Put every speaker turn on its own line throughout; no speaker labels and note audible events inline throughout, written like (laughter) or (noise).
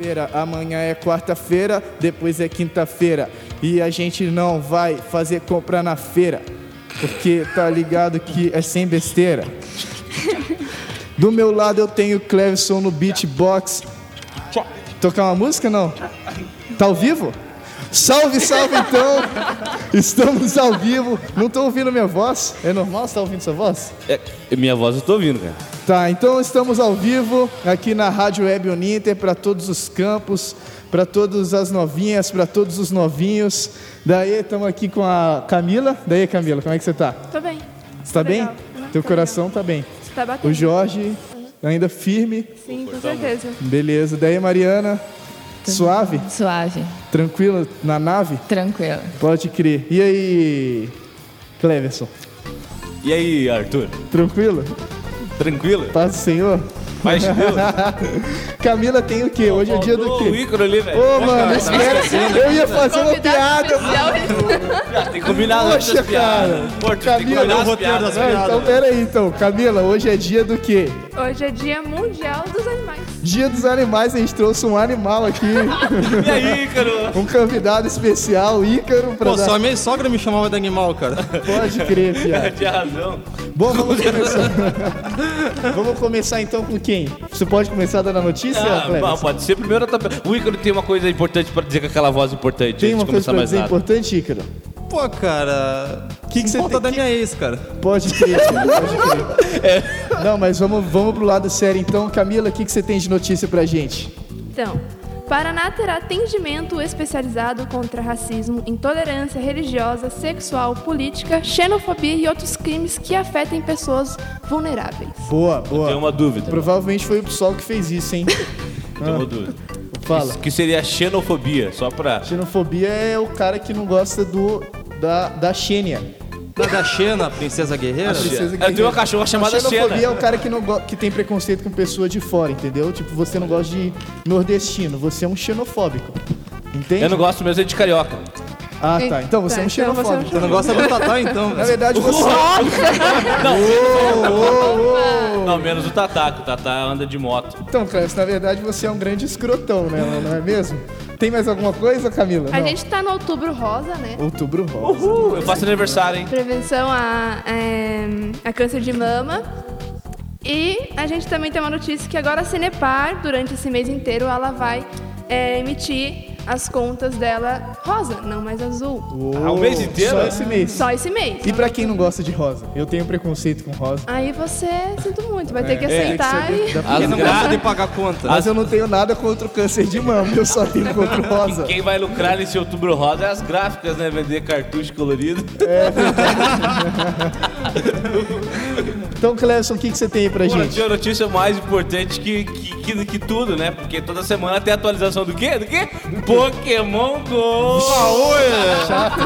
feira amanhã é quarta-feira, depois é quinta-feira. E a gente não vai fazer compra na feira, porque tá ligado que é sem besteira. (laughs) Do meu lado eu tenho o Clevison no beatbox. Tocar uma música não? Tá ao vivo? Salve, salve então! Estamos ao vivo. Não tô ouvindo minha voz. É normal você tá ouvindo sua voz?
É, minha voz eu tô ouvindo, cara.
Tá, então estamos ao vivo aqui na Rádio Web Uninter para todos os campos, para todas as novinhas, para todos os novinhos. Daí estamos aqui com a Camila. Daí, Camila, como é que você tá?
Tô bem.
Você tá bem?
Legal. Uhum,
Teu
tô
coração tá bem.
legal. Uhum. Tá batendo.
O Jorge ainda firme.
Sim, com certeza.
Beleza. Daí, Mariana, suave,
Suave,
tranquila na nave?
tranquilo.
Pode crer. E aí, Cleverson?
E aí, Arthur?
Tranquilo?
Tranquilo?
Paz do Senhor? (laughs)
Paz de Deus.
Camila tem o quê? Hoje é dia do
Faltou O
quê?
ícone ali, velho.
Ô, mano,
tá
espera. Eu ia fazer uma
Convidado
piada.
especial,
Ah, tem que combinar antes
Poxa,
das piadas.
cara.
Pô, Arthur, tem que
Camila,
combinar
o
as
roteiro
piadas.
Ah, então, peraí, então. Camila, hoje é dia do quê?
Hoje é dia mundial dos animais.
Dia dos animais, a gente trouxe um animal aqui. (laughs)
E aí, Ícaro? (laughs)
um convidado especial, Ícaro, pra
Pô,
dar...
só a minha sogra me chamava de animal, cara.
Pode crer, piada.
Tinha razão.
Bom,
(laughs)
vamos começar. vamos começar então com quem? Você pode começar dando a notícia,
Ah,
Cleves?
bom, pode ser primeiro a tabela. O Ícaro tem uma coisa importante pra dizer com aquela voz importante
Tem
antes
uma
de
coisa
começar
pra
mais
dizer
nada.
importante, Ícaro?
(laughs) Pô, cara. O
Que que você
importa
tem-
da
que-
minha ex, cara?
Pode crer, cara, pode
(laughs)
crer.
É.
Não, mas vamos, vamos pro lado sério então. Camila, o que, que você tem de notícia pra gente?
Então, Paraná terá atendimento especializado contra racismo, intolerância religiosa, sexual, política, xenofobia e outros crimes que afetem pessoas vulneráveis.
Boa, boa.
Tem uma dúvida.
Provavelmente foi o pessoal que fez isso, hein?
Tem uma dúvida.
Ah. Fala.
Que seria a xenofobia, só pra.
Xenofobia é o cara que não gosta do da, da Xênia.
Da, da Xena, a princesa guerreira?
Princesa
Eu tenho uma
Guerreira.
cachorra chamada
A xenofobia é
Xena.
o cara que, não go- que tem preconceito com pessoa de fora, entendeu? Tipo, você não gosta de nordestino, você é um xenofóbico. Entende?
Eu não gosto mesmo é de carioca.
Ah, tá. Então você é um
Tá, então você é um
xenofóbico.
Você não gosta do Tatá, então?
Na verdade, você. é um,
Não, menos o Tatá, que o Tatá anda de moto.
Então, Clécio, na verdade você é um grande escrotão, né? Não é mesmo? Tem mais alguma coisa, Camila?
A
Não.
gente tá no outubro rosa, né?
Outubro rosa.
Eu faço aniversário, hein?
Prevenção a, em, a câncer de mama. E a gente também tem uma notícia que agora a Cinepar, durante esse mês inteiro, ela vai eh, emitir as contas dela rosa, não mais azul.
Ah, o mês inteiro?
Só esse mês.
Só esse mês.
E pra quem não gosta de rosa? Eu tenho preconceito com rosa.
Aí você, sinto muito, vai ter que
É,
Tá
aceitar
tem que
e...
ser- dá pra-
Quem não
As
gosta
gra-
de pagar conta.
Mas eu não tenho nada contra o câncer de mama, eu só tenho contra o rosa.
Quem vai lucrar nesse outubro rosa é as gráficas, né? Vender cartucho colorido.
Então, Clevson, o que, que você tem aí pra
Pô,
gente?
tinha notícia mais importante que, que, que, que tudo, né? Porque toda semana tem atualização do quê? Do quê? Pokémon GO!
Chato,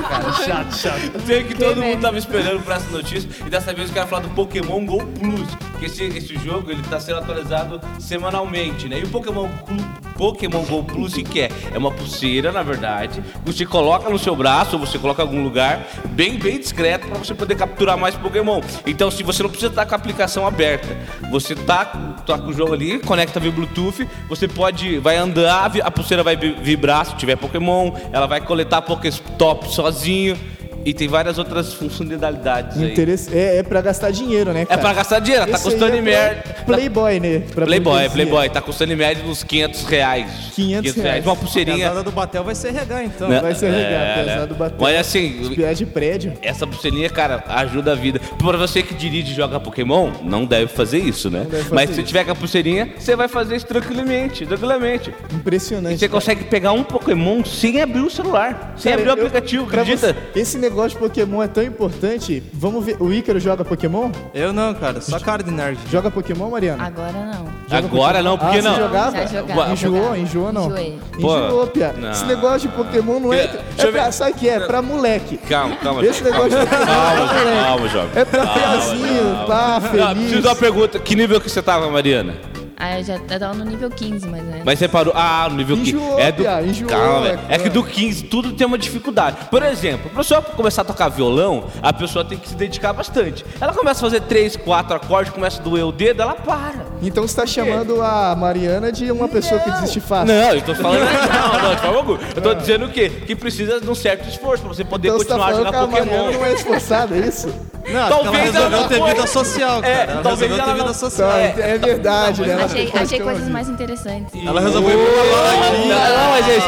chato.
(laughs) Sei que todo mundo tava esperando por essa notícia e dessa vez eu quero falar do Pokémon GO Plus, que esse, esse jogo ele tá sendo atualizado semanalmente, né? E o Pokémon, Clu- Pokémon GO Plus o que é? É uma pulseira, na verdade, que você coloca no seu braço, ou você coloca em algum lugar, bem, bem discreto, para você poder capturar mais Pokémon. Então, se você não precisa estar com a aplicação aberta, você tá, tá com o jogo ali, conecta via Bluetooth, você pode, vai andar, vi- a pulseira vai vi- vibrar se tiver Pokémon, ela vai coletar Pokéstop sozinho. E tem várias outras funcionalidades aí.
Interesse... É, é pra gastar dinheiro, né,
É
cara?
pra gastar dinheiro, tá
Esse aí
custando
é
em merda.
pra Playboy, né? Pra
Playboy,
burguesia.
Playboy, tá custando em média uns 500 reais.
500 reais.
Uma
A
pulseirinha.
casada do Batel vai ser regar, então.
Né?
Vai ser legal,
É,
apesar
né?
do bater.
Mas assim,
Pior de prédio.
essa pulseirinha, cara, ajuda a vida. Pra você que dirige e joga Pokémon, não deve fazer isso, né?
deve fazer
Mas se
isso.
tiver com a pulseirinha, você vai fazer isso tranquilamente, tranquilamente.
Impressionante.
E você
cara.
consegue pegar um Pokémon sem abrir o celular, sem
Cara,
abrir o
eu-
aplicativo,
pra
acredita?
você- esse negócio de Pokémon é tão importante. Vamos ver. O Ícaro joga Pokémon?
Eu não, cara. Só cara de nerd.
Joga Pokémon, Mariana?
Agora não.
Agora não, porque
ah,
não.
Você jogava?
Ah, Já jogava,
Enjoou,
jogava.
enjoou não?
Enjoei.
Enjoou, Pia.
Não.
Esse negócio de Pokémon não é.
Pia, deixa
É
eu
pra,
ver.
sabe o que é? Pra moleque.
Calma, calma.
Esse
gente,
negócio é de
Calma,
Pokémon
calma,
é moleque.
calma jovem.
É pra Piazinho, tá?
Ah, preciso
Feliz.
dar uma pergunta. Que nível que você tava, Mariana?
Ah, eu já eu tava no nível né? 15, mais ou menos.
Mas você parou. Ah, no nível 15.
Enjoou,
é do...
piá, enjoou,
Calma,
é
velho. É que
claro.
do 15 tudo tem uma dificuldade. Por exemplo, pra pessoa começar a tocar violão, a pessoa tem que se dedicar bastante. Ela começa a fazer 3, 4 acordes, começa a doer o dedo, ela para.
Então você tá chamando a Mariana de uma pessoa que desiste fácil.
Não, eu
(laughs)
tô falando. assim, Não, não, de forma alguma. Eu tô dizendo o quê? Que precisa de um certo esforço pra você poder
É. Então você tá
continuar a
falando que
jogar
a Mariana não
Pokémon.
é esforçada, é isso?
Não,
Talvez
porque
ela
ela resolveu
não
ter
foi.
vida social,
É,
cara. Ela
talvez
resolveu ter
ela
vida
não-
social.
Tá, é, verdade, né? Ela
Achei,
ficou
achei
tão-
coisas mais interessantes.
Ela resolveu ir pra
é
Não,
balada.
não, mas gente,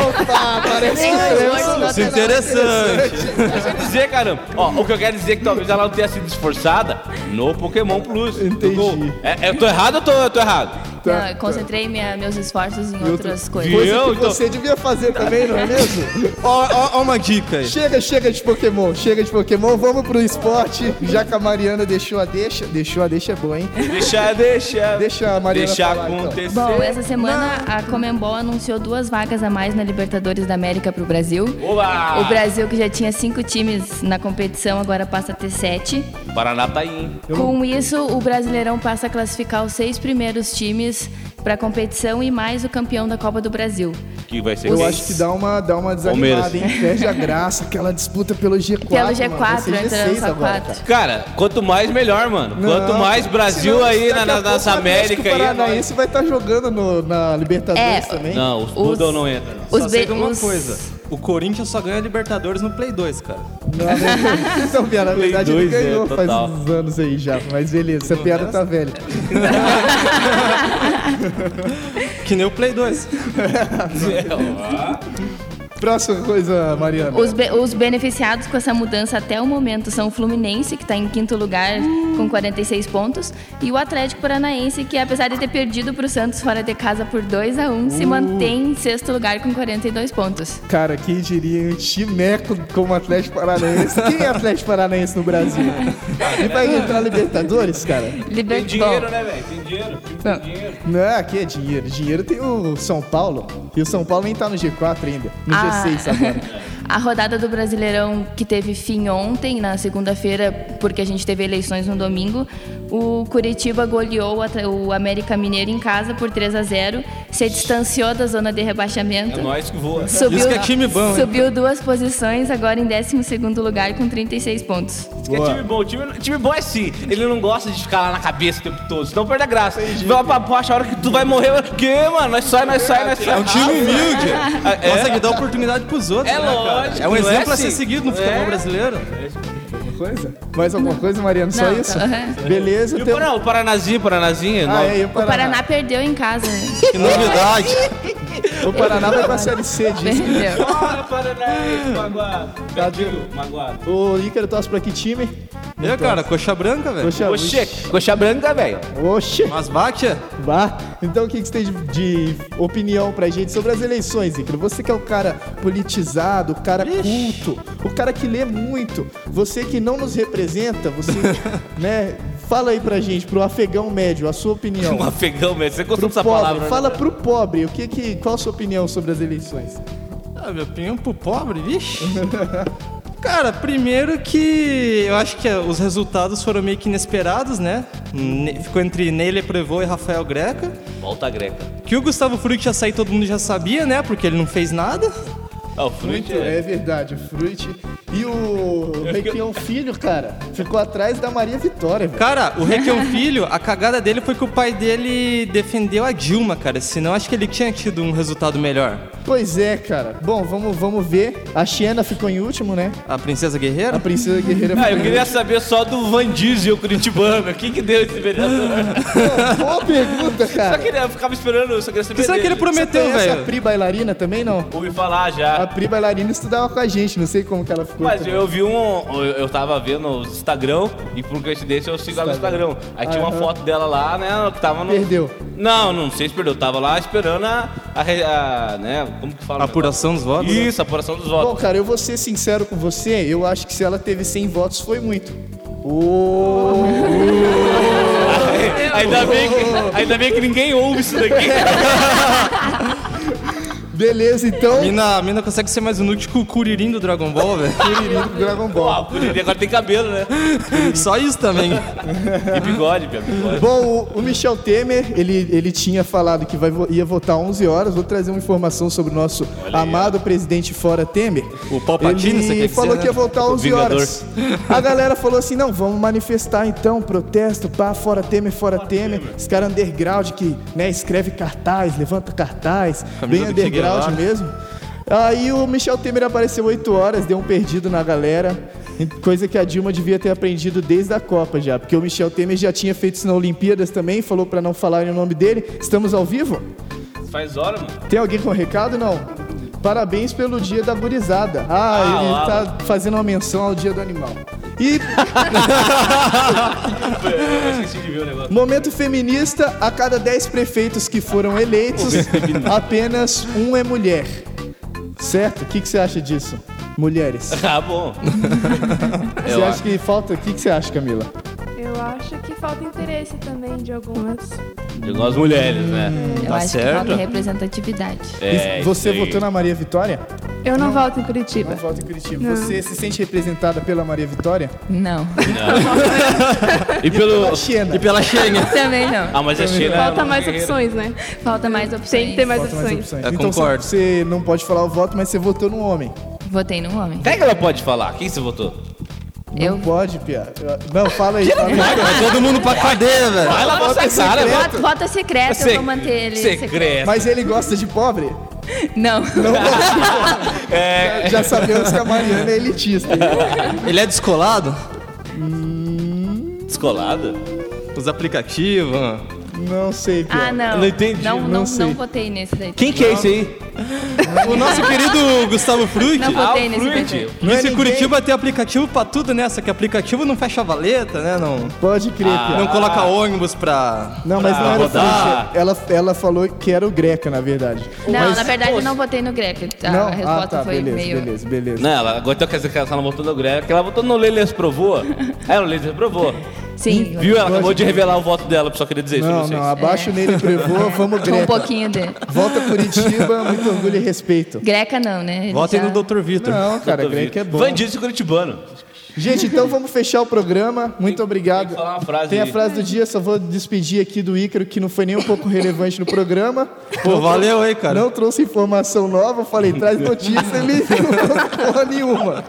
Opa, parece que
Sim, mas
eu
hoje
sou-
não
Isso é interessante.
eu quero dizer, caramba. Ó, o que eu quero dizer é que talvez ela não tenha sido esforçada no Pokémon Plus. do
Entendi.
Gol. É, eu tô errado ou tô, eu tô errado?
Tá,
Não, eu concentrei minha- meus esforços em
outro-
outras coisas.
Viu?
Coisa
Eu,
que
então-
você devia fazer também, não é mesmo?
Ó, ó, ó uma dica aí.
Chega, chega de Pokémon, chega de Pokémon, vamos pro esporte, já que a Mariana deixou a deixa. Deixou a deixa é boa, hein?
Deixa, deixa.
Deixa a Mariana
Deixa
falar, então.
acontecer.
Bom, essa semana a Comembol anunciou duas vagas a mais na Libertadores da América para o Brasil.
Oba!
Ah.
O Brasil, que já tinha cinco times na competição, agora passa a ter sete.
Paraná tá aí.
Com isso, o Brasileirão passa a classificar os seis primeiros times para a competição e mais o campeão da Copa do Brasil.
Que vai ser
Eu
quem?
acho que dá uma, dá uma desanimada,
Palmeiras.
hein? Perde a graça, aquela disputa pelo G4.
Pelo
mano, vai ser
G4, entrando
G6
só
agora, cara.
quatro.
Cara, quanto mais melhor, mano.
Não,
quanto mais Brasil
senão
aí
daqui
na,
a
na,
pouco
nessa
o Atlético
América aí. é nóis.
Paranaense vai estar jogando no- na Libertadores
É,
também.
Não, os
Os-
Poodle não entram.
(laughs)
Os
Só sei
be-
de uma
os-
coisa. O Corinthians só ganha Libertadores no Play 2, cara.
Não,
(laughs)
né? Então, Piara, na
Play
verdade
dois,
ele
é,
ganhou faz
total.
uns anos aí já. Mas beleza, essa piada tá velha.
Que nem o Play É 2.
é
Próxima coisa, Mariana.
Os, be- os beneficiados com essa mudança até o momento são o Fluminense, que está em quinto lugar com 46 pontos, e o Atlético Paranaense, que apesar de ter perdido para o Santos fora de casa por 2 a 1 se
Uh.
mantém em sexto lugar com 42 pontos.
Cara, quem diria um timeco como Atlético Paranaense? Quem é Atlético Paranaense no
(laughs)
Brasil? E vai entrar na Libertadores, cara?
Liber...
Tem dinheiro,
Bom,
né, velho? Tem dinheiro.
Não.
Tem dinheiro.
Não, aqui é dinheiro. Dinheiro tem o São Paulo. E o São Paulo nem tá no G4 ainda. No
Ah.
G6 agora.
(laughs) A rodada do Brasileirão que teve fim ontem, na segunda-feira, porque a gente teve eleições no domingo, o Curitiba goleou o Atra- o América Mineiro em casa por 3 a 0 se distanciou da zona de
É
rebaixamento.
nós que voa.
Subiu,
Isso que é time bom, hein?
Subiu duas posições, agora em 12 lugar com 36 pontos.
Isso que é time bom. Time, time bom é sim. Ele não gosta de ficar lá na cabeça o tempo todo. Senão perde a graça. Vai pra baixo a hora que tu vai morrer. mano, Que, mano? Nós sai, nós sai, nós sai. Ah, (laughs)
É um time humilde. Consegue dar oportunidade pros outros.
É
né,
lógico,
cara? É um
não é
exemplo a ser
assim?
seguido no
É.
futebol brasileiro.
Coisa? Mais alguma coisa, Mariana? Só
Não,
isso?
tá, aham.
Beleza,
E o,
tem... um-
Paraná, o Paranazinho, Paranazinho.
Ah,
não.
é, e o
O Paraná
Paraná.
perdeu em casa. né?
Que é novidade.
tá
O Paraná vai pra Série
(laughs)
C disso.
perdeu.
Bora, Paranaense, magoado. Perdido, magoado.
O Ícaro torce pra que time?
Eu, É, cara, coxa branca, velho.
Coxa.
Oxê, coxa branca, velho.
Oxe.
Mas bate.
Bah. Então o que, que você tem de, de opinião pra gente sobre as eleições, Ícaro? Você que é o cara politizado, o cara culto, o cara que lê muito, você que não nos representa,
(laughs)
você, né? Fala aí pra gente, pro afegão médio, a sua opinião.
Um afegão mesmo. Você
Pro
gostou dessa
pobre,
palavra? né?
fala pro pobre, o que que, qual a sua opinião sobre as eleições?
Ah, minha opinião pro pobre, vixe. (laughs) Cara, primeiro que eu acho que os resultados foram meio que inesperados, né? Ne- Ficou entre Neyler Prevô e Rafael Greca.
Volta a greca.
Que o Gustavo Fruit ia sair, todo mundo já sabia, né? Porque ele não fez nada.
Ah, o Fruit é.
é verdade, o Fruit. E o Requião Filho, cara, ficou atrás da Maria Vitória, velho.
Cara,
(laughs)
o Requião Filho, a cagada dele foi que o pai dele defendeu a Dilma, cara. Senão acho que ele tinha tido um resultado melhor.
Pois é, cara. Bom, vamos, vamos ver. A Xena ficou em último, né?
A Princesa
A
Guerreira?
Princesa Guerreira
Ah,
ficou
eu
em
queria saber só do Van Diesel curitibano. Quem que deu esse vereador?
último. Boa pergunta,
Só
cara.
queria, eu ficava esperando, eu só queria
O
saber
que será que ele
dele.
Você
prometeu,
conhece a
velho?
Pri bailarina também, não?
Ouvi falar
A
já.
Pri bailarina estudava com a gente, não sei como que ela ficou.
Mas
também.
eu vi um. Eu eu tava vendo o Instagram e por coincidência eu sigo ela no
Instagram.
Instagram. Aí tinha uma
Aham.
foto dela lá, né? Que tava no.
Perdeu.
Não, não sei se perdeu. Eu tava lá esperando a. a, re- a- né? Como que fala?
A apuração dos votos? né?
Isso, a apuração dos
Bom,
votos.
cara, eu vou ser sincero com você. Eu acho que se ela teve 100 votos, foi muito. Ô, (laughs)
(laughs)
É.
Ainda bem, que, ainda bem que ninguém ouve isso daqui.
Beleza, então.
Mina, mina consegue ser mais inútil que o Kuririn do Dragon Ball, velho. (laughs)
Querido do Dragon
Ah,
Ball.
o Curirim agora tem cabelo, né?
Só isso também.
E bigode, Pia, bigode.
Bom, o, o Michel Temer, ele, ele tinha falado que vai, vo- ia votar 11 horas. Vou trazer uma informação sobre o nosso amado presidente fora Temer.
O Palpatine,
ele
você quer dizer,
falou
né?
que ia votar 11
Vingador.
horas. A galera falou assim, não, vamos manifestar então, protesto, pá, fora Temer, fora, Temer. Os caras underground que, né, escreve cartaz, levanta cartaz,
Camisa
bem
do Che
underground
Guevara.
mesmo. Aí o Michel Temer apareceu 8 horas, deu um perdido na galera. Coisa que a Dilma devia ter aprendido desde a Copa já, porque o Michel Temer já tinha feito isso na Olimpíadas também, falou pra não falarem o nome dele. Estamos ao vivo?
Faz hora, mano.
Tem alguém com recado? Não. Parabéns pelo dia da gurizada. Ah,
Ah,
ele
lá,
tá fazendo uma menção ao dia do animal. E
Eu esqueci de ver o negócio.
momento feminista, a cada 10 prefeitos que foram eleitos, apenas um é mulher. Certo? O que, que você acha disso? Mulheres.
Ah, bom.
Você acha que falta? O que, que você acha, Camila?
Eu acho que falta interesse também de algumas.
De nós mulheres, né?
Eu
Tá
acho que
certo.
falta representatividade.
É,
E você
isso aí.
votou na Maria Vitória?
Eu não voto em Curitiba.
Não vota em Curitiba. Você se sente representada pela Maria Vitória?
Não.
E pelo.
Pela Xena.
E pela
(laughs)
Xenia.
Também não.
Ah, mas a Xena.
Falta
é
mais
guerreira.
opções, né?
Falta mais opções.
Tem que ter mais
Falta mais
opções.
opções.
Eu
então
concordo.
você não pode falar o voto, mas você votou no homem.
Votei num homem.
Quem que ela pode falar? Quem você votou?
Não
Eu
pode, Pia. Não, fala aí. Fala aí.
Vai todo mundo pra cadeia, velho.
Ah, ela
Voto
vai
secreto.
cara, velho.
voto, voto secreto, eu
Sec-
vou manter ele.
Secreto.
Mas ele gosta de pobre?
Não.
(laughs)
Não gosta.
É,
Já sabemos que a Mariana é elitista.
Ele é descolado?
descolado?
Os aplicativos.
Não sei, Pia.
Ah, não.
Eu não entendi,
Não,
não
não,
sei.
não votei nesse daí.
Quem que é esse aí?
O nosso querido Gustavo Fruit.
Não
Ah, o
votei nesse
Fruit.
perfil.
Não é
Disse que
ninguém.
Curitiba tem aplicativo pra tudo, né? Só que aplicativo não fecha a valeta, né? Não,
Pode crer,
Ah.
Pia.
não coloca ônibus pra.
Não, mas não
Ah,
era
rodar.
Frutti. Ela, ela falou que era o Greca, na verdade.
Não,
Mas-
na verdade eu não votei no Greco. A
Não?
resposta
Ah, tá.
foi
Beleza,
meio.
beleza, beleza.
Não, ela agora então quer dizer que ela não votou no Greg, que ela votou no Leles Provoa. É, o Leles Provoa.
Sim,
Viu? Ela acabou de revelar o voto dela, só queria dizer isso pra
Não,
vocês.
não, abaixo nele
(laughs)
prevô, vamos
Então
com um
Greca.
pouquinho dele.
Volta Curitiba, muito orgulho e respeito.
Greca não, né? Ele
Votem
já-
no Dr. Vitor.
Não, cara,
Doutor
Greca
Vitor.
é bom.
Van Diesel Curitibano.
Gente, então vamos fechar o programa. Muito obrigado.
tem que falar uma frase
Tem a
aí.
frase do dia, só vou despedir aqui do Ícaro, que não foi nem um pouco relevante no programa.
Pô, valeu aí, cara.
Não trouxe informação nova, falei, traz notícia, ele não trouxe porra nenhuma.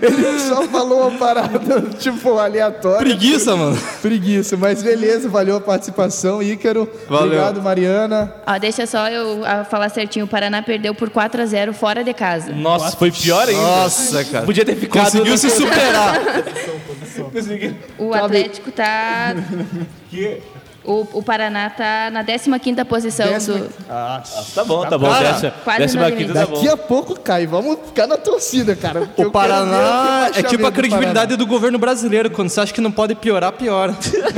Ele só falou uma parada, (laughs) tipo, aleatória.
Preguiça, mano.
Preguiça, mas beleza, valeu a participação, Ícaro.
Valeu.
Obrigado, Mariana.
Ó, deixa só eu ah, falar certinho. O Paraná perdeu por 4 a 0 fora de casa.
Nossa, foi pior ainda.
Nossa, cara.
Podia ter ficado.
Conseguiu se superar.
O Atlético tá. O, o Paraná tá na 15 posição
Décima-
do.
Ah,
Tá bom, tá bom.
Cara,
Décima,
quase
décima
não
quinta tá bom.
Daqui a pouco cai, vamos ficar na torcida, cara. porque
O
eu quero ver
Paraná
o que
é
vai
tipo a
chamar do
credibilidade do governo brasileiro. Quando você acha que não pode
(laughs)
piorar, piora.
Paraná.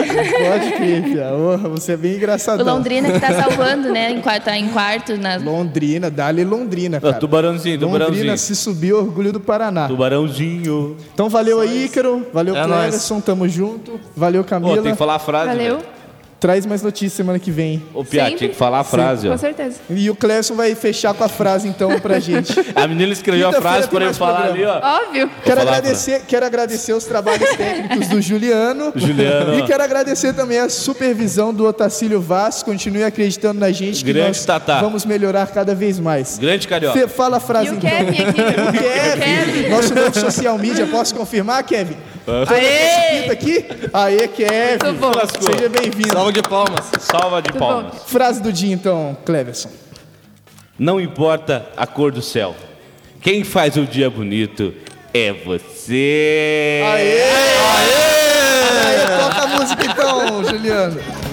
Pode crer, Pia. Porra, Você é bem
O
engraçadão.
Londrina que tá salvando, né? Em, qua- tá em quarto. Na...
Londrina, dá-lhe Londrina,
Ah,
cara.
Tubarãozinho,
Londrina
tubarãozinho.
se subiu, orgulho do Paraná.
Tubarãozinho.
Então valeu aí, Ícaro. Valeu,
É nóis.
Cleverson. Tamo junto. Valeu,
Pô,
Camila.
tem que falar a frase.
Valeu.
velho.
Traz mais notícias semana que vem.
Ô, Pia,
Sempre.
tinha que falar a frase, ó.
Com certeza.
E o Cleverson vai fechar com a frase, então,
(laughs)
pra gente.
A menina escreveu a
Quinta-feira
frase
tem
pra eu
mais
falar ali,
programa.
ó.
Óbvio.
Quero
falar,
agradecer, quero agradecer os trabalhos técnicos do Juliano.
Juliano.
E quero agradecer também a supervisão do Otacílio Vaz. Continue acreditando na gente que
Grande
nós
Tatá.
vamos melhorar cada vez mais.
Grande carioca.
Fê, fala a frase,
E o
então.
Kevin
O (laughs)
aqui.
Kevin, nosso novo social media, posso confirmar, Kevin? Aê! Tá aqui? Aê, Kevin!
Muito bom.
Seja bem-vindo.
Salva de palmas.
Salva de
Tudo
palmas.
Frase do dia, então, Cleverson.
Não importa a cor do céu. Quem faz o dia bonito é você.
Aê! Aê! Toca a música, então, Juliano.